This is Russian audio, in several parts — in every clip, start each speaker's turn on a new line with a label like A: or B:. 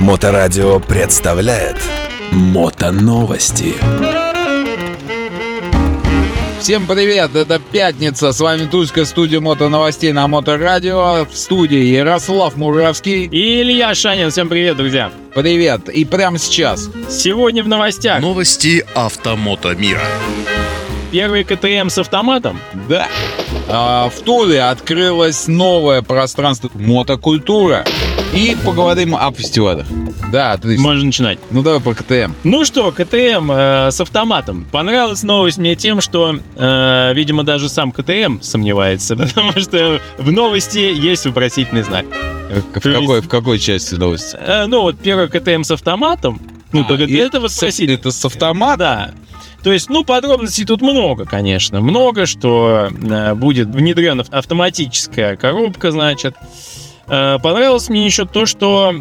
A: Моторадио представляет Мотоновости
B: Всем привет, это пятница, с вами Тульская студия мотоновостей на Моторадио В студии Ярослав Муравский
C: И Илья Шанин, всем привет, друзья!
B: Привет, и прямо сейчас
C: Сегодня в новостях
B: Ну.
D: Новости автомото мира.
C: первый КТМ с автоматом.
B: Да а, В Туле открылось новое пространство мотокультура И поговорим об стюардах Да, отлично
C: Можно начинать.
B: Ну давай про КТМ
C: Ну что, КТМ э, с автоматом. Понравилась новость мне тем, что, э, видимо, даже сам КТМ сомневается, потому что в новости есть вопросительный знак.
B: В какой, в какой части новости?
C: Э, ну вот первый КТМ с автоматом. Ну,
B: А,
C: только
B: и-
C: для этого спросили.
B: Это с автомата?
C: Да. То есть, ну, подробностей тут много, конечно. Много, что э, будет внедрена автоматическая коробка, значит. Э, понравилось мне еще то, что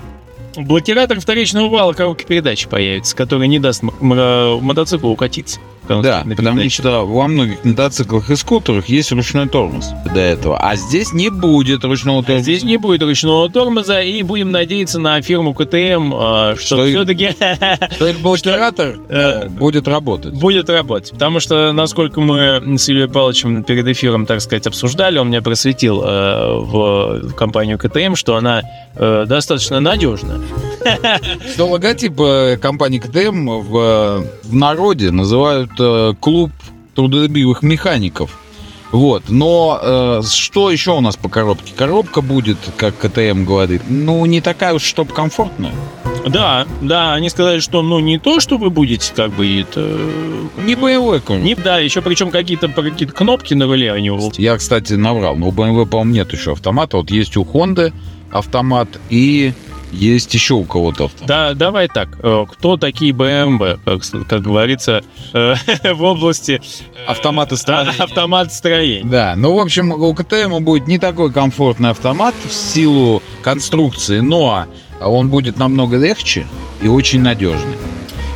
C: блокиратор вторичного вала коробки передач появится, который не даст м- м- э, мотоциклу укатиться. Потому
B: Да,
C: на
B: потому
C: передаче.
B: что во многих мотоциклах и скутерах есть ручной тормоз до этого. А здесь не будет ручного тормоза.
C: Здесь не будет ручного тормоза, и будем надеяться на фирму КТМ, э, что,
B: Что и-
C: все-таки
B: Только блокиратор э, будет работать.
C: Будет работать. Потому что, насколько мы с Ильей Павловичем перед эфиром, так сказать, обсуждали, он меня просветил э, в, в компанию КТМ, что она э, достаточно надежна.
B: Что логотип э, компании КТМ в, э, в народе называют э, клуб трудолюбивых механиков. Вот, но э, что еще у нас по коробке? Коробка будет, как КТМ говорит, ну не такая уж, чтоб комфортная.
C: Да, да, они сказали, что ну не то, что вы будете как бы... Это, э,
B: Не боевой конь.
C: не, да, еще причем какие-то, какие-то кнопки на руле они... у-
B: Я, кстати, наврал, но у BMW, по-моему, нет еще автомата. Вот есть у Honda автомат и есть еще у кого-то автомат.
C: Да, давай так. э, Кто такие БМВ, как, с- как говорится, э, в области э,
B: Автоматы строения.
C: автомат строения?
B: Да, ну, в общем, у КТМ будет не такой комфортный автомат в силу конструкции, но он будет намного легче и очень надежный.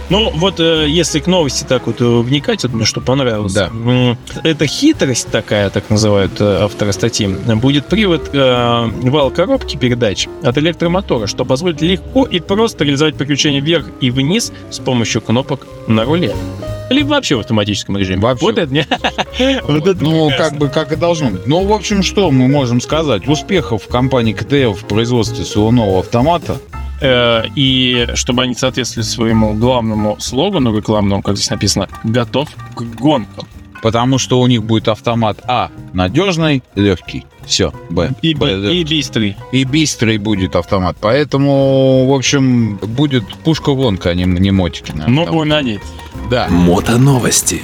C: Ну, вот э, если к новости так вот э, вникать, вот мне что понравилось.
B: Да.
C: М, Это хитрость такая, так называют э, авторы статьи. Будет привод э, вал коробки передач от электромотора, что позволит легко и просто реализовать переключение вверх и вниз с помощью кнопок на руле. Либо вообще в автоматическом режиме.
B: Вообще.
C: Вот это мне. Вот это
B: ну,
C: прекрасно.
B: как бы, как и должно быть. Ну, в общем, что мы можем сказать? Успехов компании КТМ в производстве своего нового автомата.
C: Э, И чтобы они соответствовали своему главному слогану рекламному, как здесь написано, готов к гонкам.
B: Потому что у них будет автомат А. Надежный, легкий. Все. Б.
C: И,
B: Б, да.
C: и быстрый.
B: И быстрый будет автомат. Поэтому, в общем, будет пушка вонка, а не мнемотики. на
C: Ну,
B: автомате.
C: будем надеяться.
B: да.
A: Мотоновости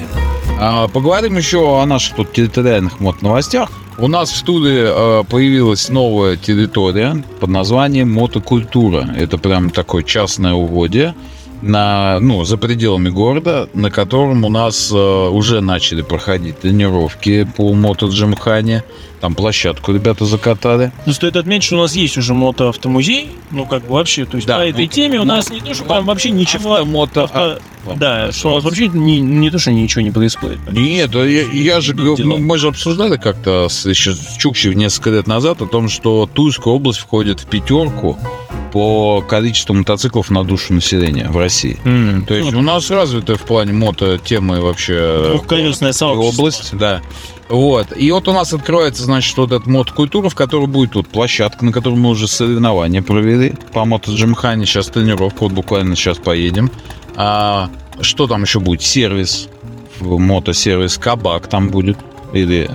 B: А, Поговорим еще о наших тут территориальных мод-новостях. У нас в студии э, появилась новая территория под названием мотокультура. Это прям такое частное угодье на, ну, за пределами города, на котором у нас э, уже начали проходить тренировки по мотоджимхане. Там площадку ребята закатали.
C: Ну, стоит отметить, что у нас есть уже мотоавтомузей. Ну, как бы вообще, то есть
B: Да.
C: по этой теме у
B: Ну, а,
C: нас не то, что прям вообще ничего...
B: Мото...
C: авто- да, что у нас вообще не, не то, что ничего не происходит.
B: Нет, я, я же говорю,
C: Дела.
B: ну, мы же обсуждали как-то с, еще с Чукчев несколько лет назад о том, что Тульская область входит в пятерку по количеству мотоциклов на душу населения в России. То есть у нас развитая в плане мото темы
C: Ну,
B: вообще
C: Двухколесное сообщество.
B: область, да. Вот. И вот у нас откроется, значит, вот эта мотокультура, в которой будет тут площадка, на которой мы уже соревнования провели. По мотоджимхане сейчас тренировка, вот буквально сейчас поедем. А что там еще будет? Сервис, в мотосервис, кабак там будет, или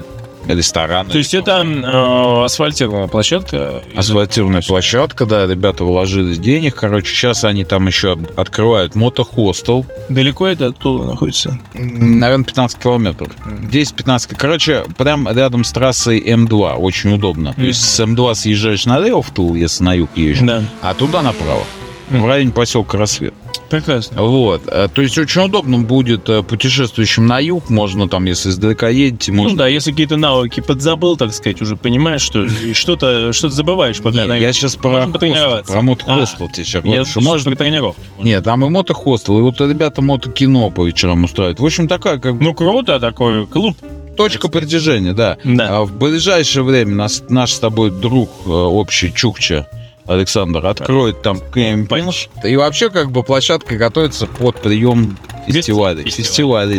B: ресторан.
C: То есть это э, асфальтированная площадка.
B: Асфальтированная площадка, да, ребята вложились денег. Короче, сейчас они там еще открывают мотохостел.
C: Далеко это оттуда находится?
B: Наверное, 15 километров. 10-15. Короче, прям рядом с трассой М2. Очень удобно. То есть с М2 съезжаешь налево в Тул, если на юг едешь,
C: Да.
B: а туда направо. В районе поселка Рассвет.
C: Прекрасно.
B: Вот. Э, То есть очень удобно будет э, путешествующим на юг. Можно там, если издалека едете,
C: Ну
B: можно...
C: да, если какие-то навыки подзабыл, так сказать, уже понимаешь, что и что-то что забываешь, пока
B: Не, я сейчас про,
C: Можно
B: хостел,
C: потренироваться. А.
B: про мотохостел тебе сейчас говорю,
C: Я
B: что
C: думал,
B: можно...
C: что про тренировку.
B: Нет, там и мотохостел, и вот ребята мотокино по вечерам устраивают. В общем, такая как бы
C: Ну круто, такой клуб.
B: точка притяжения, да.
C: Да.
B: А В ближайшее время нас, наш с тобой друг э, общий Чукча Александр откроет там кемпинж. И вообще, как бы, площадка готовится под прием фестивалей.
C: Фестивалей.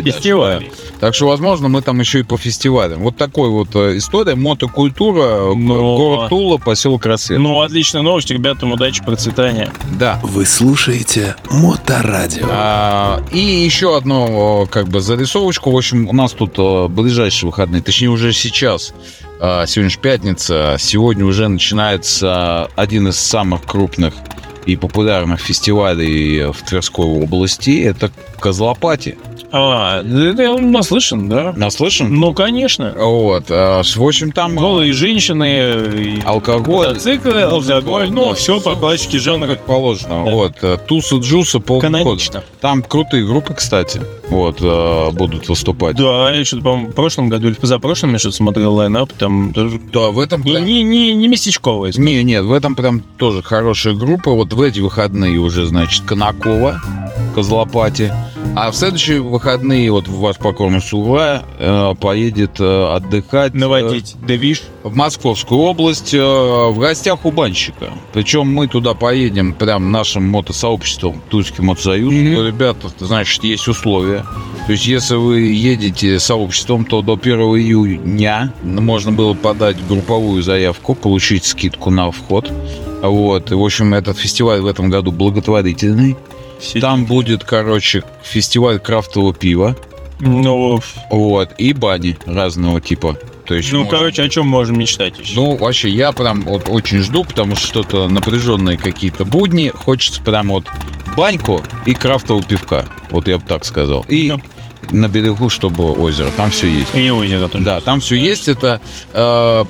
B: Фестивалей, да.
C: Фестиваль.
B: Так что, возможно, мы там еще и по фестивалям. Вот такой вот э, история. Мотокультура, г-
C: Но-
B: город Тула, поселок Рассвет.
C: Ну, отличная новость, ребятам удачи, процветания.
B: Да.
A: Вы слушаете Моторадио.
B: А, и еще одну, э, как бы, зарисовочку. В общем, у нас тут э, ближайшие выходные, точнее, уже сейчас. А, Сегодня же пятница. Сегодня уже начинается один из самых крупных и популярных фестивалей в Тверской области. Это Козлопати.
C: А, это я наслышан, да?
B: Наслышан?
C: Ну, конечно.
B: Вот. а, с- В общем, там э,
C: Голые женщины, э, и
B: алкоголь.
C: мотоциклы, алкоголь, А ну,
B: Да.
C: все по классике жанра
B: как положено.
C: Да.
B: Вот. э, Туса Джуса полный ход.
C: канонично.
B: Там крутые группы, кстати, вот, э, будут выступать.
C: Да, я что-то, по-моему, в прошлом году или позапрошлом я что-то смотрел лайнап, там тоже...
B: Да, в этом прям-
C: Не, не, не местечковые.
B: Не, нет, в этом прям тоже хорошая группа. Вот в эти выходные уже, значит, Конакова, Козлопати. А в следующие выходные вот в ваш покорный Сурва э, поедет э, отдыхать э,
C: Наводить. Да видишь,
B: в Московскую область э, в гостях у банщика. Причем мы туда поедем прям нашим мотосообществом Тульский мотосоюз.
C: Мгм.
B: Ребята, значит, есть условия. То есть, если вы едете сообществом, то до 1 июня можно было подать групповую заявку, получить скидку на вход. Вот. И, в общем, этот фестиваль в этом году благотворительный. Там будет, короче, фестиваль крафтового пива.
C: Ну,
B: Вот. И бани разного типа. То есть
C: ну
B: можно-
C: короче, о чем можем мечтать еще?
B: ну, вообще, я прям вот очень жду, потому что что-то напряженные какие-то будни. Хочется прям вот баньку и крафтового пивка. Вот я бы так сказал. И
C: Да.
B: на берегу, чтобы озеро. Там все есть.
C: И не озеро тоже.
B: Да, там все есть. Это э,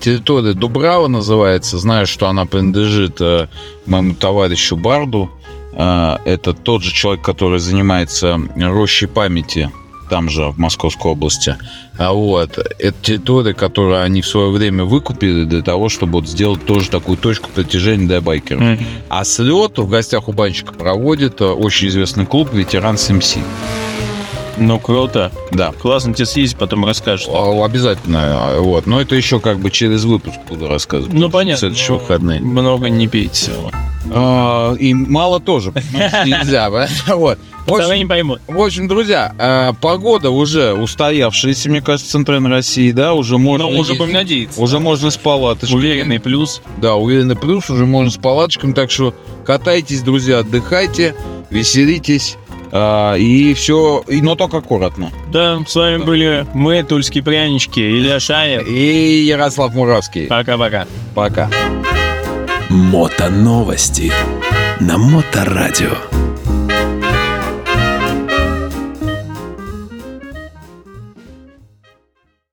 B: территория Дубрава называется. Знаю, что она принадлежит э, моему товарищу Барду. Э, это тот же человек, который занимается рощей памяти там же, в Московской области. А вот, это территория, которую они в свое время выкупили для того, чтобы вот сделать тоже такую точку притяжения для байкеров.
C: Мгм.
B: А слет в гостях у банщика проводит э, очень известный клуб «Ветеран СМС».
C: Ну, круто.
B: Да.
C: Классно тебе съездить, потом расскажешь.
B: А, Обязательно, а, вот. Но это еще как бы через выпуск буду рассказывать.
C: Ну, понятно.
B: Следующие
C: Ну,
B: выходные.
C: Много не пейте.
B: А, и мало тоже. потому что Нельзя, да? Вот. В
C: Тогда
B: общем,
C: не поймут.
B: в общем, друзья, а, погода уже устоявшаяся, мне кажется, в Центральной России, да, уже можно...
C: Но Ну, уже
B: ездить.
C: будем надеяться.
B: Уже можно с палаточками.
C: Уверенный плюс.
B: Да, уверенный плюс, уже можно с палаточками. Так что катайтесь, друзья, отдыхайте, веселитесь. а, и все, и, но только аккуратно.
C: Да, с вами были мы, Тульские прянички, Илья Шанин.
B: И Ярослав Муравский.
C: Пока-пока.
B: Пока.
A: Мотоновости на Моторадио.